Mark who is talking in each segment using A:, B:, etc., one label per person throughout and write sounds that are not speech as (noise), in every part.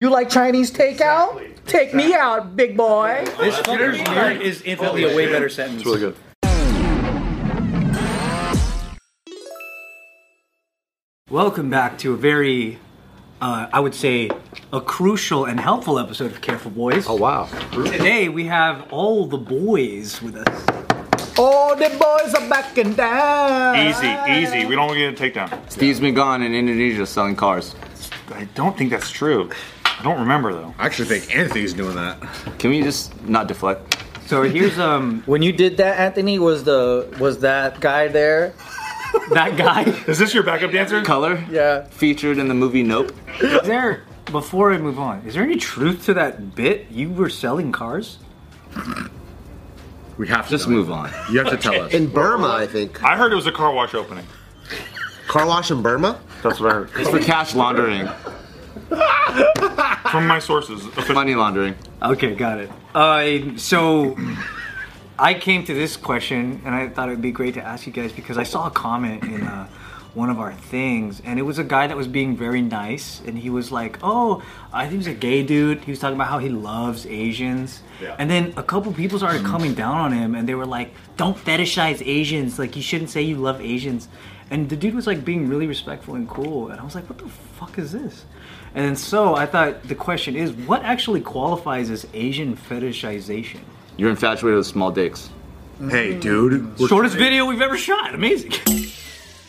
A: You like Chinese takeout? Take me out, big boy.
B: This fucker's beard is infinitely a way better sentence.
C: It's really good.
B: Welcome back to a very, uh, I would say, a crucial and helpful episode of Careful Boys.
C: Oh wow.
B: Today we have all the boys with us.
A: All the boys are back and down.
D: Easy, easy. We don't get a takedown.
E: Steve's been gone in Indonesia selling cars.
D: I don't think that's true. I don't remember though.
F: I actually think Anthony's doing that.
E: Can we just not deflect?
B: So here's um (laughs)
A: When you did that, Anthony, was the was that guy there?
B: that guy.
D: Is this your backup dancer?
E: Color?
A: Yeah.
E: Featured in the movie Nope.
B: Is there before I move on? Is there any truth to that bit? You were selling cars.
F: We have to
E: Just
F: know.
E: move on.
F: You have to tell us.
G: In Burma, I think.
D: I heard it was a car wash opening.
G: Car wash in Burma?
D: That's what I (laughs) heard.
E: It's for cash laundering,
D: From my sources.
E: money laundering.
B: Okay, got it. Uh, so I came to this question, and I thought it would be great to ask you guys because I saw a comment in uh, one of our things, and it was a guy that was being very nice, and he was like, "Oh, I think he's a gay dude." He was talking about how he loves Asians, and then a couple people started coming down on him, and they were like, "Don't fetishize Asians. Like, you shouldn't say you love Asians." And the dude was like being really respectful and cool, and I was like, "What the fuck is this?" And so I thought the question is, what actually qualifies as Asian fetishization?
E: You're infatuated with small dicks.
F: hey, dude. we're-
B: Shortest video we've ever shot. Amazing.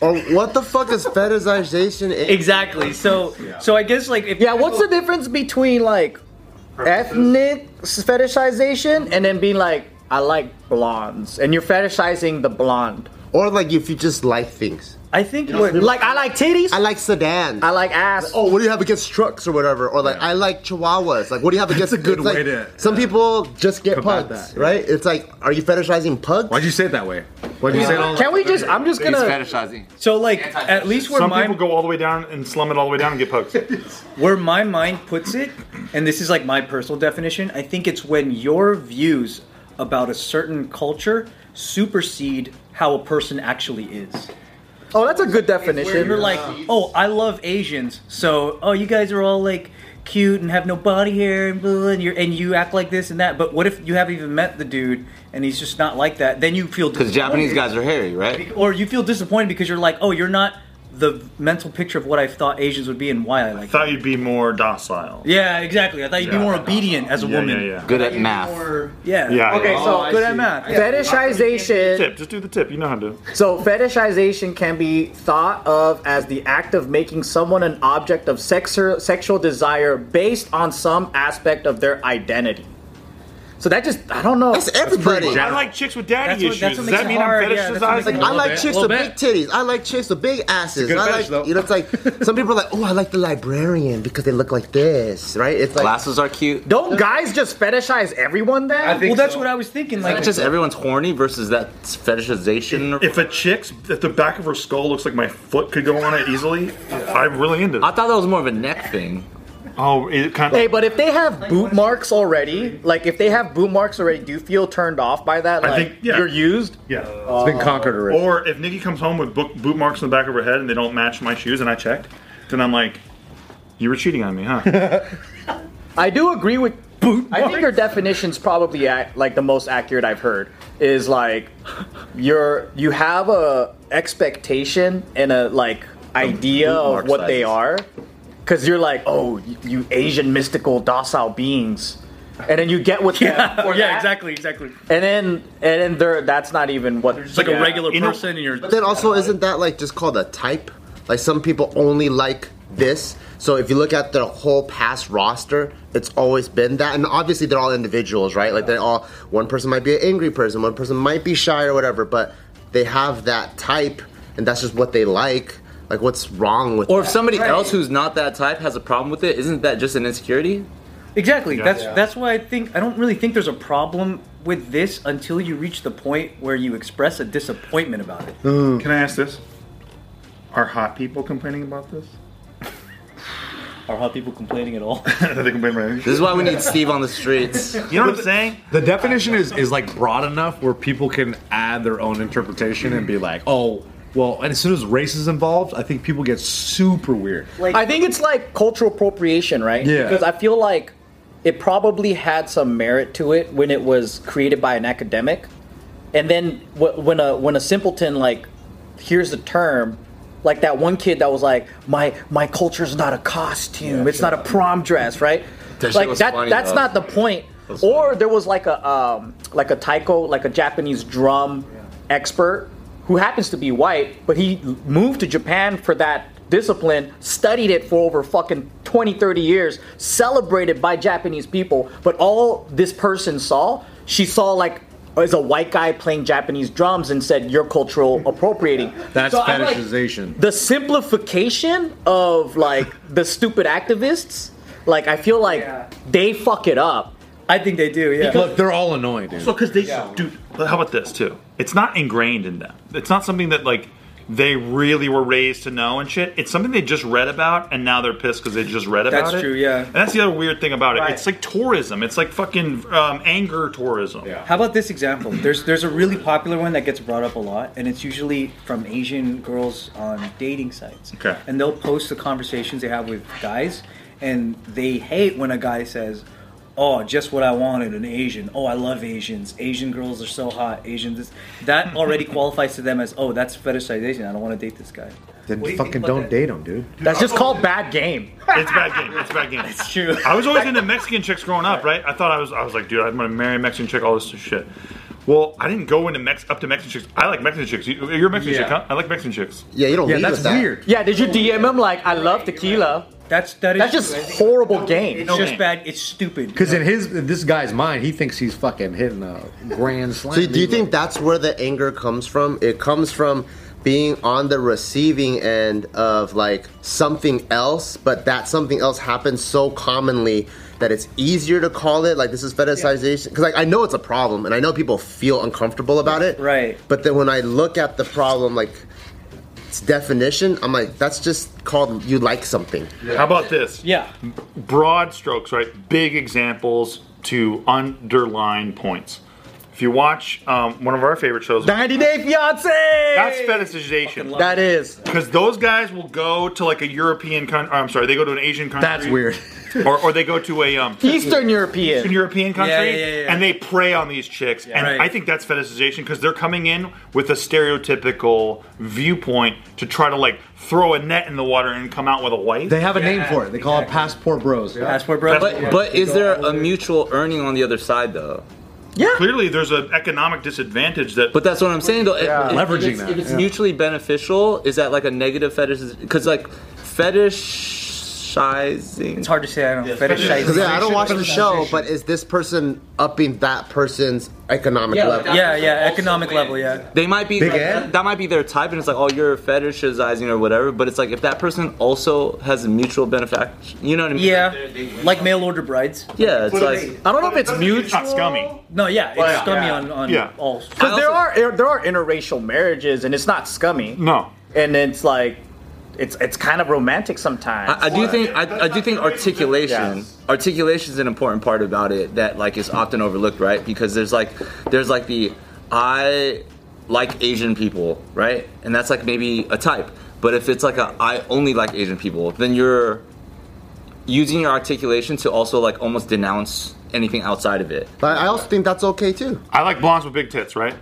G: Or Oh, what the fuck is fetishization?
B: exactly. So, so I guess like if
A: Yeah, what's the difference between like ethnic fetishization and then being like, I like blondes, and you're fetishizing the blonde?
G: Or like if you just like things.
A: I think what- like I like titties,
G: I like sedans.
A: I like ass.
G: Oh, what do you have against trucks or whatever? Or like, I like chihuahuas. Like, what do you have against?
F: a good
G: it's like,
F: way to,
G: Some people just get
F: combat
G: pugs,
F: that, yeah.
G: right? It's like, are you fetishizing pugs?
F: Why'd you say it that way? Why'd you say it all?
A: Can we just? I'm just
E: He's
A: gonna.
E: fetishizing.
H: So like at least where
D: Some
H: my
D: people go all the way down and slum it all the way down and get poked.
H: where my mind puts it, and this is like my personal definition, I think it's when your views about a certain culture supersede how a person actually is.
A: Oh, that's a good
H: Where
A: definition.
H: you're like, oh, I love Asians, so oh, you guys are all like cute and have no body hair and blah, and you and you act like this and that. But what if you haven't even met the dude and he's just not like that? Then you feel
E: Because Japanese guys are hairy, right?
H: or you feel disappointed because you're like, oh, you're not the mental picture of what I thought Asians would be and why I like. them.
D: (laughs) Thought you'd be more docile.
H: Yeah, exactly. I thought you'd
D: Yeah.
H: be more obedient as a
D: Yeah,
H: woman.
D: yeah, yeah.
E: Good at math.
H: Yeah.
D: Yeah.
A: Okay,
D: yeah.
A: so
H: Good at math. Yeah.
A: fetishization.
D: Tip. Just do the tip. You know how to.
A: So fetishization can be thought of as the act of making someone an object of sex sexual desire based on some aspect of their identity. So that just I don't know.
G: That's everybody.
D: I like chicks with
H: That's
D: daddy
H: what- that's what
D: issues. Does that
H: makes it
D: mean
H: hard, yeah,
D: I'm
H: that's what makes it
D: fetishizing?
G: I like
F: bit,
G: chicks with
F: little
G: big titties. I like chicks with big asses.
F: good
G: I
F: fetish,
G: like,
F: though.
G: you know, it's like some people are like, oh, I like the librarian because they look like this, right? It's like
E: Glasses are cute.
A: don't guys just fetishize everyone then?
F: I think
H: Well, that's
F: so.
H: what I was thinking. Like,
E: Like just everyone's horny versus that fetishization.
D: If a chick's at the back of her skull looks like my foot could go on it easily, I'm really into.
E: I
D: It.
E: thought that was more of a neck thing.
D: Oh, it kind
A: Hey,
D: of.
A: but if they have boot marks already, like if they have boot marks already, do you feel turned off by that? Like
D: I think yeah.
A: you're used.
D: Yeah.
F: It's been conquered already.
D: Or if Nikki comes home with book, boot marks in the back of her head and they don't match my shoes, and I checked, then I'm like, "You were cheating on
H: (laughs)
D: me, huh?"
A: I do agree with boot. I think your definition's probably ac like the most accurate I've heard. Is like you're you have a expectation and a like idea
E: boot
A: of
E: mark
A: what they are,
E: sizes.
A: because you're like, oh, you, you Asian mystical docile beings, and then you get with them, for
H: (laughs) (laughs) yeah,
A: that,
H: exactly, exactly.
A: and then and then they're that's not even what
H: It's like
D: Yeah.
H: a regular
D: You know-
H: person, and you're.
G: But then also, isn't that like just called a type? Like some people only like this. So if you look at their whole past roster, it's always been that. And obviously, they're all individuals, right? Like they all one person might be an angry person, one person might be shy or whatever, but they have that type, and that's just what they like. Like, what's wrong with?
E: Or if
G: that?
E: somebody else who's not that type has a problem with it, isn't that just an insecurity?
H: Exactly. That's that's why I think I don't really think there's a problem with this until you reach the point where you express a disappointment about it.
D: Can I ask this? Are hot people complaining about this? (laughs)
H: Are hot people complaining at all?
D: they complain about anything?
E: This is why we need Steve on the streets.
D: You know what I'm saying?
F: The definition is is like broad enough where people can add their own interpretation and be like, oh,
C: Well, and as soon as race is involved, I think people get super weird.
H: Like,
A: I think it's like cultural appropriation, right?
C: Yeah.
A: Because I feel like it probably had some merit to it when it was created by an academic, and then wh- when a when a simpleton like hears the term, like that one kid that was like, "My my culture's not a costume. it's not a prom dress, right?"
E: That shit
A: like
E: was
A: that.
E: funny,
A: that's
E: though.
A: not the point. Or there was like a um, like a taiko, like a Japanese drum expert who happens to be white, but he moved to Japan for that discipline, studied it for over fucking 20, 30 years, celebrated by Japanese people, but all this person saw, she saw like is a white guy playing Japanese drums and said you're cultural appropriating.
F: That's
A: So I'm like,
F: fetishization.
A: the simplification of
H: (laughs)
A: like the stupid activists, like I feel like
H: Yeah.
A: they fuck it up.
H: I think they do. Yeah.
C: Look, they're all annoying, dude.
D: So, because they, dude, but how about this too? It's not ingrained in them. It's not something that like they really were raised to know and shit. It's something they just read about and now they're pissed because they just read about it.
H: That's true, yeah.
D: And that's the other weird thing about it.
H: Right.
D: It's like tourism. It's like fucking um, anger tourism. Yeah.
H: (laughs) How about this example? There's there's a really popular one that gets brought up a lot, and it's usually from Asian girls on dating sites.
D: Okay.
H: And they'll post the conversations they have with guys, and they hate when a guy says, "Oh, just what I wanted—an Asian. Oh, I love Asians. Asian girls are so hot. Asian this that (laughs) already qualifies to them as, oh, that's fetishization. I don't want to date this guy.
C: Then
H: do you
C: fucking
H: think about
C: don't
H: that?
C: date them, dude.
A: That's just called bad game.
D: It's bad game. It's
H: (laughs)
D: bad game. It's
H: true.
D: I was always into Mexican chicks growing up, right? I thought I was. I was like, dude, I'm gonna marry a Mexican chick. All this shit. Well, I didn't go into Mex up to Mexican chicks. I like Mexican chicks. You, you're a Mexican
C: Yeah.
D: chick, huh? I like Mexican chicks.
G: Yeah, you don't.
C: Yeah,
G: lead
C: that's
G: with that.
C: weird.
A: Yeah, did you DM him like I love tequila?
H: That's that is
A: That's just
H: true. I think
A: horrible game.
H: It's just
D: game.
H: bad. It's stupid.
C: Because in his in this guy's mind, he thinks he's fucking hitting a grand slam.
G: So do you think that's where the anger comes from? It comes from being on the receiving end of like something else, but that something else happens so commonly that it's easier to call it like this is fetishization because like I know it's a problem and I know people feel uncomfortable about it.
H: Right.
G: But then when I look at the problem like its definition, I'm like that's just called you like something.
D: How about this?
H: yeah.
D: broad strokes, right? Big examples to underline points. If you watch um, one of our favorite shows,
A: 90 Day Fiance.
D: that's
H: Fucking
D: fetishization
H: love
A: That is.
D: because those guys will go to like a European country. I'm sorry, they go to an Asian country.
C: That's weird.
D: (laughs) or, or they go to a um,
A: Eastern
D: Eastern
A: European.
D: European country,
H: yeah, yeah, yeah.
D: and they prey on these chicks. and
H: Right.
D: I think that's fetishization because they're coming in with a stereotypical viewpoint to try to like throw a net in the water and come out with a wife.
C: They have a name for it. They call it passport bros.
H: Passport, bro.
D: That's-
E: But but is there a mutual earning on the other side though?
D: Clearly, there's an economic disadvantage that
E: But that's what I'm saying though. If- if,
C: Leveraging
E: it's,
C: that,
E: If it's
C: yeah.
E: mutually beneficial, is that like a negative fetish? Because like fetishizing.
H: it's hard to say. I don't know. fetishization.
G: Yeah, I don't watch the show, but is this person upping that person's economic level?
H: Yeah, yeah, economic level, yeah.
E: They might be
C: Big
E: like,
C: Ed?
E: that might be their type, and it's like, oh, you're fetishizing or whatever. But it's like if that person also has a mutual benefaction, you know what I mean?
H: Yeah, like mail order brides.
E: yeah. It's like
A: I don't know if it's
D: it's
A: mutual.
D: not scummy.
H: No, Oh, yeah, it's
D: yeah.
H: scummy on on
D: Yeah.
H: all.
A: Because there
E: I
A: are er, there are interracial marriages and it's not scummy.
D: No,
A: And it's like it's it's kind of romantic sometimes.
E: I, I do think I, I do think articulation articulation is an important part about it that like is often overlooked, right? Because there's like there's like the I like Asian people, right? And that's like maybe a type. But if it's like a I only like Asian people, then you're using your articulation to also like almost denounce anything outside of it.
G: But I also think that's okay too.
D: I like blondes with big tits, right?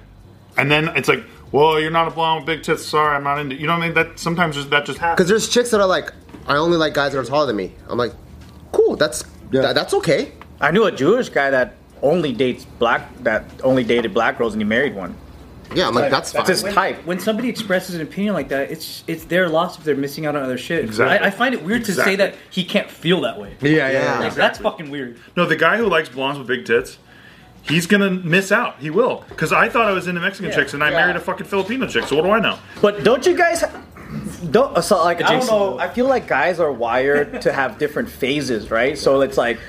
D: And then it's like, well, you're not a blonde with big tits. Sorry, I'm not into. You know what I mean? That sometimes just, that just happens.
G: Because there's chicks that are like, I only like guys that are taller than me. I'm like, cool, that's tha- that's okay.
A: I knew a Jewish guy that only dates black that only dated black girls and he married one.
G: Yeah, I'm like, that's fine.
A: That's his type.
H: When somebody expresses an opinion like that, it's it's their loss if they're missing out on other shit.
D: Exactly.
H: I, I find it weird
D: Exactly.
H: to say that he can't feel that way. Like,
C: Yeah, yeah.
G: Yeah.
C: yeah.
H: That's fucking weird.
D: No, the guy who likes blondes with big tits, he's gonna miss out. He will. Because I thought I was into Mexican chicks, and I married a fucking Filipino chick. So what do I know? (laughs)
A: But don't you guys don't uh, so like I don't
H: Jason.
A: know. I feel like guys are wired to have different phases, right? So it's like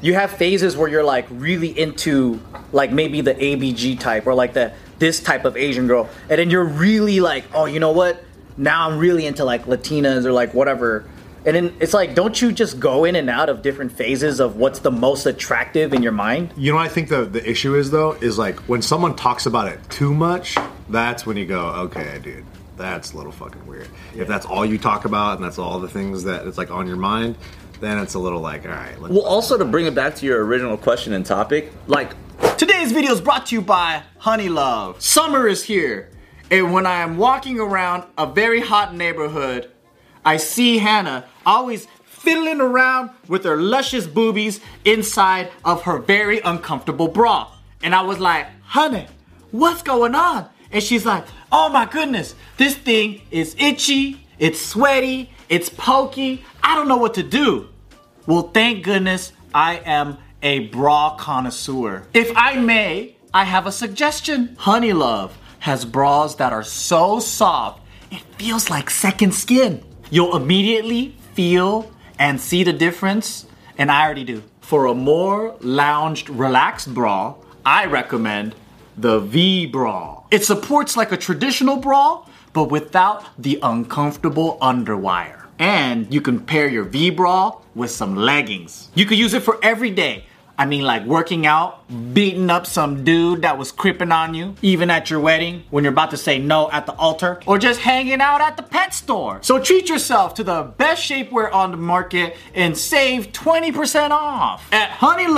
A: you have phases where you're like really into like maybe the ABG type or like the this type of Asian girl, and then you're really like, oh, you know what? Now I'm really into like Latinas or like whatever. And then it's like, don't you just go in and out of different phases of what's the most attractive in your mind?
C: You know what I think the, the issue is though is like when someone talks about it too much, that's when you go, okay, dude,
I: that's a little fucking weird. If that's all you talk about and that's all the things that it's like on your mind, then it's a little like, all right, let's
E: Well, also to bring it back to your original question and topic, like
A: Today's video is brought to you by Honey Love. Summer is here, and when I am walking around a very hot neighborhood, I see Hannah always fiddling around with her luscious boobies inside of her very uncomfortable bra. And I was like, honey, what's going on? And she's like, oh my goodness, this thing is itchy, it's sweaty, it's pokey, I don't know what to do. Well, thank goodness I am a bra connoisseur. If I may, I have a suggestion. Honey Love has bras that are so soft, it feels like second skin. You'll immediately feel and see the difference, and I already do. For a more lounged, relaxed bra, I recommend the V bra. It supports like a traditional bra, but without the uncomfortable underwire. And you can pair your V bra with some leggings. You could use it for every day. I mean, like working out, beating up some dude that was creeping on you, even at your wedding when you're about to say no at the altar, or just hanging out at the pet store. So treat yourself to the best shapewear on the market and save 20% off at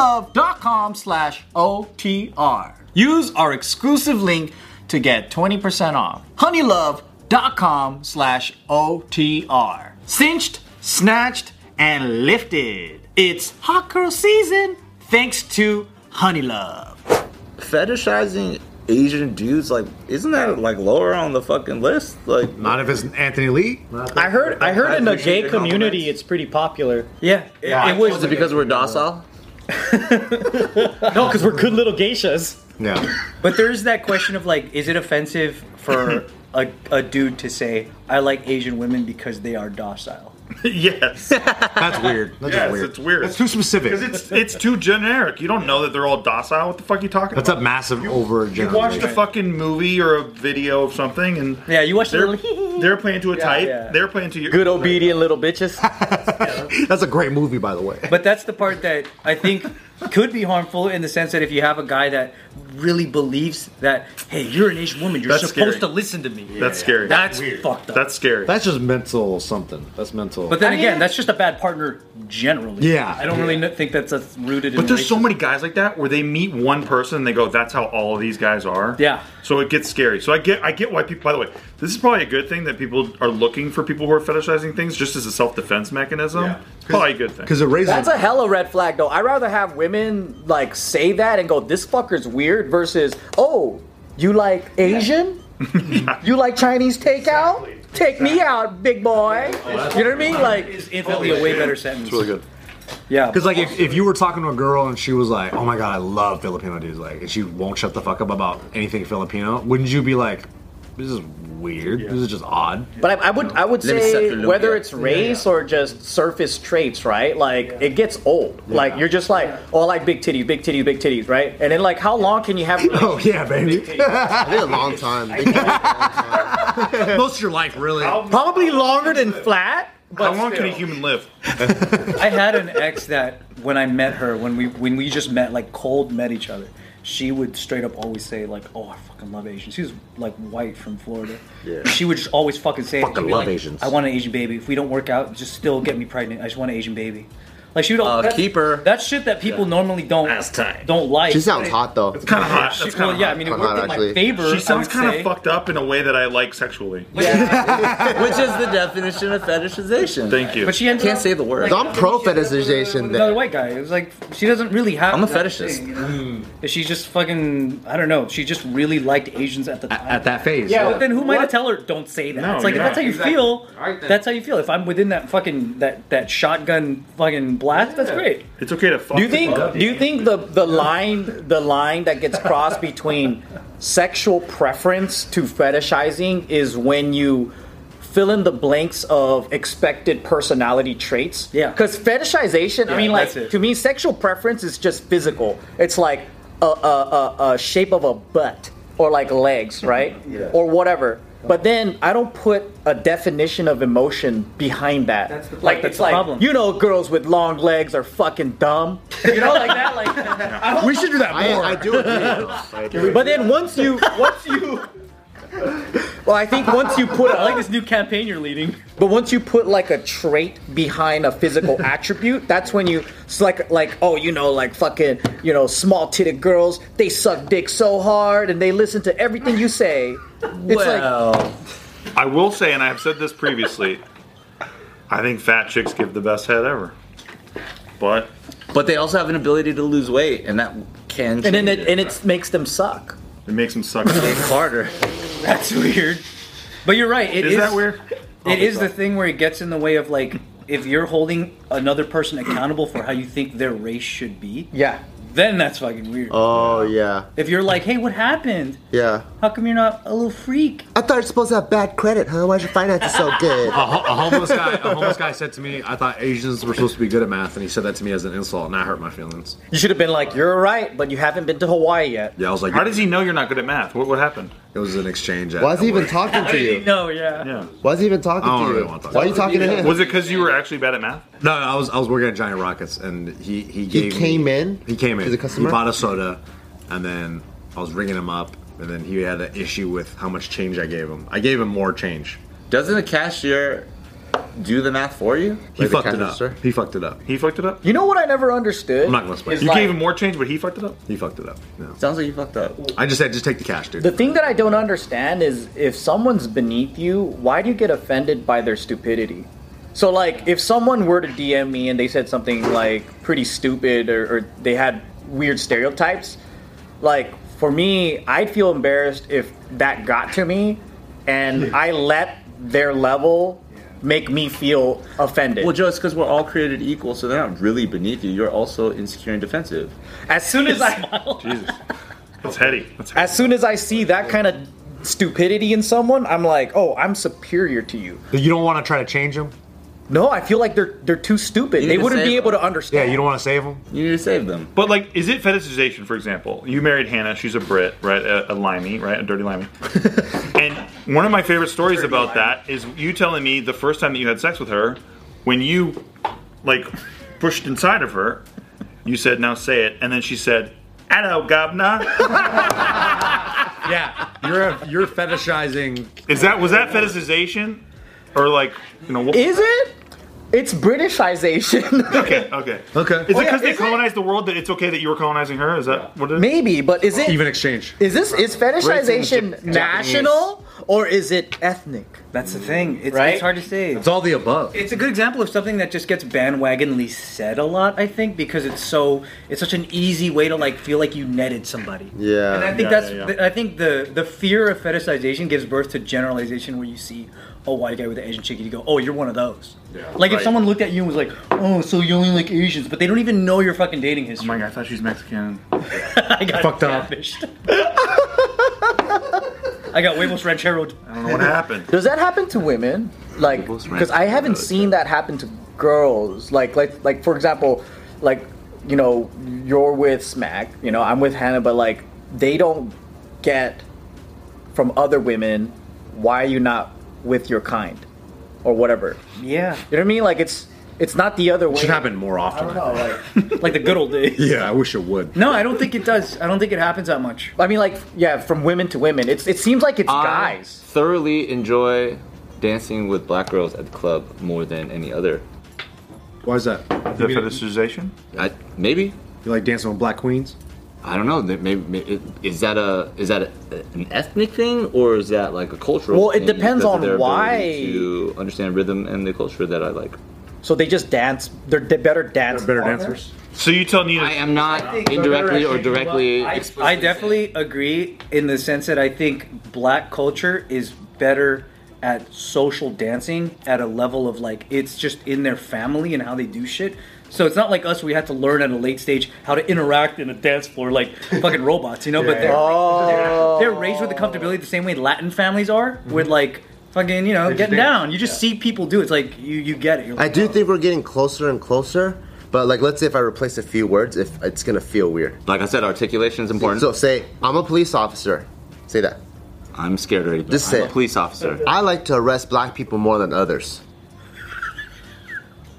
A: honeylove.com slash OTR. Use our exclusive link to get 20% off. Honeylove.com slash OTR. Cinched, snatched, and lifted. It's hot girl season thanks to Honeylove.
E: fetishizing Asian dudes, like isn't that like lower on the fucking list? Like
I: not if it's Anthony Lee.
A: I heard I heard
E: I
A: in the
E: appreciate
A: gay
E: your compliments.
A: community it's pretty popular.
H: Yeah,
I: Yeah,
H: it was
E: is it because we're docile?
A: No, because we're good little geishas.
I: Yeah.
H: But there is that question of like, is it offensive for a, a dude to say, "I like Asian women because they are docile"?
D: yes.
I: That's weird. That's
D: Yes,
I: weird.
D: it's weird.
I: That's too specific.
D: Because it's it's too generic. You don't know that they're all docile. What the fuck are you talking
I: That's a
D: about?
I: massive over
D: You watched a fucking movie or a video of something, and
H: Yeah, you watch
D: they're,
H: the little
D: they're playing to a type.
H: yeah.
D: They're playing to your
A: Good obedient little bitches.
I: That's a great movie, by the way.
D: (laughs)
I: (laughs)
H: But that's the part that I think could be harmful in the sense that if you have a guy that really believes that, hey, you're an Asian woman, you're
D: That's
H: supposed
D: scary.
H: to listen to me.
D: That's scary.
H: That's fucked up.
D: That's scary.
I: That's just mental something. That's mental.
H: but then again, that's just a bad partner generally.
I: Yeah.
H: I don't really really think that's that's rooted. in
D: But there's so
H: racism.
D: many guys like that where they meet one person and they go, "That's how all of these guys are."
H: Yeah.
D: So it gets scary. So I get, I get why people. By the way, this is probably a good thing that people are looking for people who are fetishizing things just as a self defense mechanism.
I: Yeah.
D: It's probably a good thing.
I: because it raises
A: That's a hella red flag though. I'd rather have women like say that and go, this fucker's weird versus, oh, you like
H: (laughs)
A: Asian? you like Chinese takeout? Take me out, big boy. You know what I mean? Like
H: It's infinitely a way better sentence.
D: really good.
H: Yeah,
I: Because like if, if you were talking to a girl and she was like, "Oh my god, I love Filipino dudes," like, and she won't shut the fuck up about anything Filipino, wouldn't you be like, "This is weird. This is just odd."
A: But I, I would I would
E: Let me set the
A: say
E: loop,
A: whether
E: yeah.
A: it's race or just surface traits, right? Like it gets old. Like you're just like, oh, I like big titties, big titties, big titties, right? And then like, how long can you have?
I: Oh yeah, baby.
G: I think a long time. I think
I: Most of your life, really.
A: Probably longer than flat.
D: How long can a human live?
H: I had an ex that when I met her, when we when we just met, like cold met each other, she would straight up always say like, "Oh, I fucking love Asians." She was like white from Florida. Yeah. She would just always fucking say, it.
G: Fucking
H: She'd be
G: love
H: like,
G: Asians.
H: I want an Asian baby. If we don't work out, just still get me pregnant. I just want an Asian baby." Like she would
E: Uh,
H: all that's-
E: keep her.
H: That shit that people normally don't
D: Last time.
H: don't like.
G: she sounds hot though.
D: Kind of hot.
H: She,
D: That's
H: well,
D: kind of
H: yeah, I mean, it
G: Hot,
H: worked in my
G: actually.
H: favor.
D: She sounds
H: kind
D: kind of fucked up in a way that I like sexually.
E: (laughs) Which is the definition of fetishization.
D: Thank you.
H: But she ended
E: Can't
H: up-
E: say the word.
G: So I'm pro fetishization
H: another
G: then.
H: white guy. It was like she doesn't really have.
E: I'm a
H: that
E: fetishist.
H: thing, you know? But She just fucking I don't know. She just really liked Asians at the time.
I: At that phase.
A: Yeah,
H: But then who am I to tell her? Don't say that.
D: No,
H: it's like if
D: you're
H: that's how
D: not.
H: you feel. that's how you feel. If I'm within that fucking that that shotgun fucking blast, that's great.
D: it's okay to fuck.
A: Do you think?
D: people up.
A: Do you think the the line the line that gets crossed between sexual preference to fetishizing is when you fill in the blanks of expected personality traits?
H: Yeah.
A: Because fetishization, I mean, like
H: that's it.
A: to me, sexual preference is just physical. It's like a a, a, a shape of a butt or like legs,
H: (laughs)
A: right? yeah. Or whatever. But then I don't put a definition of emotion behind that. That's
H: the-
A: like
H: that's
A: it's
H: the
A: like
H: problem.
A: you know, girls with long legs are fucking dumb. You know, like that. (laughs) Like,
I: we should do that
G: I,
I: more.
G: I do agree.
A: but then once you, once you, Well, I think once you put
H: I
A: a,
H: like this new campaign you're leading.
A: But once you put like a trait behind a (laughs) physical attribute, that's when you it's like like oh you know like fucking you know small titted girls they suck dick so hard and they listen to everything you say. It's like
D: I will say, and I have said this previously, I think fat chicks give the best head ever. But
E: But they also have an ability to lose weight, and that
A: and
E: can.
A: then
E: change
A: it and it makes them suck.
D: it makes
H: (laughs)
D: them suck.
E: harder.
H: That's weird. But you're right. It
D: Is
H: is,
D: that weird?
H: It is the thing where it gets in the way of like if you're holding another person accountable for how you think their race should be.
A: Yeah.
H: Then that's fucking weird.
G: Oh yeah,
H: if you're like, hey, what happened?
G: yeah.
H: How come you're not a little freak?
G: I thought you're supposed to have bad credit, huh? Why's your finances so good?
I: A, ho- a homeless guy, a homeless guy said to me, "I thought Asians were supposed to be good at math," and he said that to me as an insult, and that hurt my feelings.
A: You should have been like you're right, but you haven't been to Hawaii yet.
I: Yeah, I was like,
D: How does he know you're not good at math? What, what happened?
I: It was an exchange. At,
G: Why is he
I: at
G: even
I: work.
G: talking to you?
A: Oh,
H: No, yeah.
D: Yeah.
G: Why is he even talking
I: I don't
G: to you?
I: really wanna talk
G: Why are
I: to
G: you talking to him?
D: Was it because you were actually bad at math?
I: No, no, I was I was working at Giant Rockets, and he he
G: He
I: gave
G: came
I: me,
G: in
I: He came in.
G: to the customer?
I: He bought a soda, and then I was ringing him up, and then he had an issue with how much change I gave him. I gave him more change.
E: Doesn't the cashier do the math for you?
I: He
G: Like the
I: fucked it up.
G: canister?
I: He fucked it up.
D: He fucked it up.
A: You know what I never understood?
I: I'm not gonna split.
A: is
I: You
D: You
A: like-
D: gave him more change, but he fucked it up.
I: He fucked it up. No.
E: Sounds like you fucked up.
I: I just said, just take the cash, dude.
A: The thing that I don't understand is if someone's beneath you, why do you get offended by their stupidity? So, like, if someone were to DM me and they said something like pretty stupid or, or they had weird stereotypes, like, for me, I'd feel embarrassed if that got to me and I let their level make me feel offended.
E: Well, Joe, it's because we're all created equal, so they're not really beneath you. You're also insecure and defensive.
A: as soon as I.
D: Jesus. That's heady. That's heady.
A: As soon as I see that kind of stupidity in someone, I'm like, oh, I'm superior to you.
I: you don't want to try to change him.
A: No, I feel like they're they're too stupid.
E: You
A: They
E: need to
A: wouldn't
E: save
A: be able
E: them.
A: to
I: Yeah,
A: understand.
I: you don't want to save him.
E: You need to save them.
D: But like, is it fetishization? For example, you married Hannah. She's a Brit, right? A, a limey, right? A
A: (laughs)
D: dirty limey. and one of my favorite stories about that is you telling me the first time that you had sex with her, when you like pushed inside of her, you said, "Now say it," and then she said, "Hello, gobna."
I: Yeah, you're a, you're fetishizing.
D: Is that was that fetishization, or like you know? What,
A: Is it? It's Britishization,
D: okay, okay.
I: Okay.
D: Is it because
A: yeah,
D: they
A: is it?
D: colonized the world that it's okay that you were colonizing her? Is that what it
A: (laughs)
D: is?
A: maybe, but is it?
I: Even exchange.
A: is this is fetishization
E: Brits and Jap-
A: national or is it ethnic?
H: That's the thing. It's,
A: Right?
H: it's hard to say.
I: It's all the above.
H: It's a good example of something that just gets bandwagonly said a lot, I think, because it's so it's such an easy way to like feel like you netted somebody.
G: Yeah.
H: And I think
D: Yeah,
H: that's
D: yeah, yeah.
H: th- I think the the fear of fetishization gives birth to generalization where you see a white guy with an Asian chick and you go, Oh, you're one of those. Yeah, like if
D: right.
H: someone looked at you and was like, Oh, so you only like Asians, but they don't even know your fucking dating
D: Oh
H: history.
D: my god, I thought she's Mexican.
H: (laughs) I got
I: Fucked up.
H: catfished. (laughs) I got huevos rancheroed.
D: I don't know what happened.
A: Does that happen to women? Like,
E: People's
A: because I
E: rights are
A: haven't
E: really
A: seen that happen to girls. Like, like, like for example, like you know, you're with Smack. You know, I'm with Hannah, but like they don't get from other women why you not with your kind or whatever.
H: Yeah.
A: You know what I mean? Like it's it's not the other way.
I: Should happen more
A: I don't
I: often.
A: know. Like,
H: Like the good old days.
I: Yeah, I wish it would.
H: No, I don't think it does. I don't think it happens that much.
A: I mean, like yeah, from women to women. It's it seems like it's
E: I
A: guys.
E: thoroughly enjoy dancing with black girls at the club more than any other.
I: Why is that?
D: The fetishization?
E: I, maybe
I: You like dancing with black queens?
E: I don't know. that Maybe, maybe is that a is that a, an ethnic thing or is that like a cultural?
A: Well, it
E: thing
A: depends
E: because of
A: on
E: their
A: why.
E: ability to understand rhythm and the culture that I like.
A: So they just dance. They're, they're better dance.
I: Better dancers.
D: So you tell Nina
E: I am not indirectly or directly.
H: I,
E: ex-
H: I definitely agree in the sense that I think black culture is better at social dancing at a level of like it's just in their family and how they do shit. So it's not like us; we had to learn at a late stage how to interact in a dance floor (laughs) like fucking robots, you know. But they're, they're raised with the comfortability the same way Latin families are, with like fucking you know getting down. You Mm-hmm. just see people do it. It's like you you get it. You're
G: I
H: like, "Oh,
G: do think we're getting closer and closer, but like, let's say if I replace a few words, if it's gonna feel weird.
E: like I said, articulation is important.
G: So say, I'm a police officer. Say that.
E: I'm scared already. but
G: Just
E: I'm
G: say
E: a
G: it.
E: police officer.
G: I like to arrest black people more than others.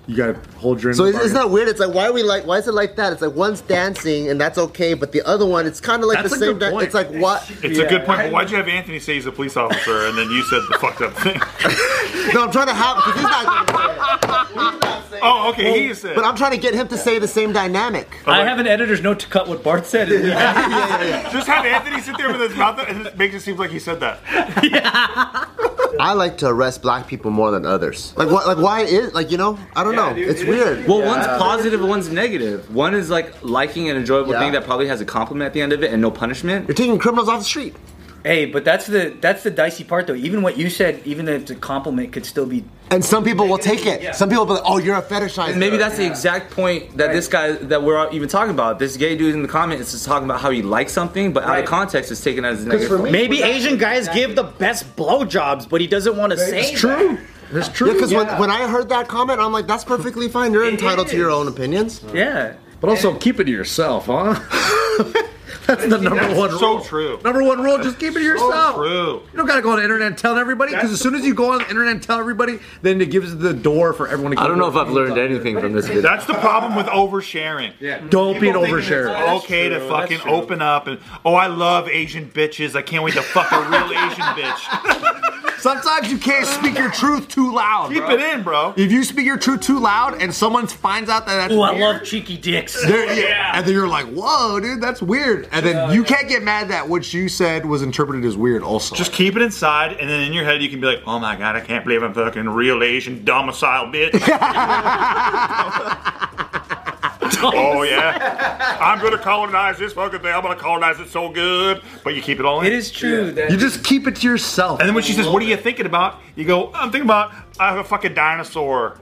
I: You gotta hold your. end
G: So
I: of
G: it's,
I: the
G: it's
I: bargain.
G: not weird. It's like why are we like why is it like that? It's like one's dancing and that's okay, but the other one it's kind of like
F: That's
G: the
F: a
G: same.
F: good
G: da-
F: point.
G: it's like what?
D: It's a good point. But why'd you have Anthony say he's a police officer and then you said the fucked up thing?
G: No, I'm trying to have. 'cause He's not,
D: Oh, okay. he is.
G: but I'm trying to get him to say the same dynamic.
H: I have an editor's note to cut what Bart said.
G: (laughs)
H: and leave it.
D: Just have Anthony sit there with his mouth up and it makes it seem like he said that.
G: I like to arrest black people more than others. Like what? Like why is like you know? I don't know. it's weird.
E: Well, one's positive, one's negative. One is like liking an enjoyable
G: Yeah.
E: thing that probably has a compliment at the end of it and no punishment.
G: You're taking criminals off the street.
H: hey, but that's the that's the dicey part, though. Even what you said, even if the compliment could still be
G: And some people will take it. Some people will be like, oh, you're a fetishizer.
E: And maybe that's the exact point that this guy that we're all even talking about. This gay dude in the comment is just talking about how he likes something, but out of context, it's taken as a negative.
C: for me-
J: Maybe Asian guys give the best blowjobs, but he doesn't want to say.
C: It's true. It's true.
G: Yeah, because when, when I heard that comment, I'm like, that's perfectly fine. You're entitled to your own opinions.
H: yeah.
C: but also keep it to yourself,
I: (laughs)
C: huh? That's the number
D: That's
C: one
D: so
C: rule.
D: true.
C: Number one rule: just keep it to yourself.
D: true.
C: You don't gotta go on the internet and tell everybody because as soon as you go on the internet and tell everybody, then it gives the door for everyone to.
E: I don't
C: keep
E: know if
C: their
E: I've learned
C: opinions
E: anything from this video.
D: That's the problem with oversharing.
C: out there. Don't be an
D: People think
C: oversharer.
D: It's okay to fucking open up and oh, I love Asian bitches. I can't wait to fuck a real Asian bitch.
C: Sometimes you can't speak your truth too loud.
D: Keep
C: bro.
D: it in, bro.
C: If you speak your truth too loud and someone finds out that that's
H: Oh, I
C: weird,
H: love cheeky dicks.
C: they're- and then you're like, "Whoa, dude, that's weird," and then you can't get mad that what you said was interpreted as weird. Also,
D: Just keep it inside, and then in your head you can be like, "Oh my god, I can't believe I'm fucking a real Asian domicile bitch."
H: (laughs)
D: oh yeah, I'm gonna colonize this fucking thing. I'm gonna colonize it so good, but you keep it all in.
H: It is true that
C: you just keep it to yourself.
D: And then when she says, "What are you thinking about?" You go, "I'm thinking about I have a fucking dinosaur,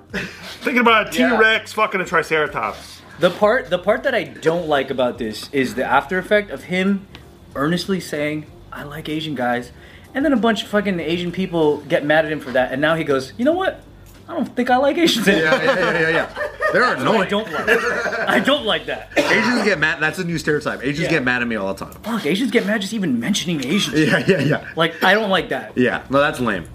D: thinking about a T-Rex fucking a Triceratops."
H: The part the part that I don't like about this is the after effect of him earnestly saying, I like Asian guys, and then a bunch of fucking Asian people get mad at him for that, and now he goes, you know what? I don't think I like Asians. anymore."
C: yeah, yeah, yeah, yeah.
H: (laughs)
C: They're
H: I
C: annoying.
H: don't like that. I don't like that.
C: Asians get mad. That's a new stereotype. Asians get mad at me all the time.
H: Fuck, Asians get mad just even mentioning Asians.
C: Yeah, yeah, yeah.
H: Like, I don't like that.
C: Yeah, no, that's lame.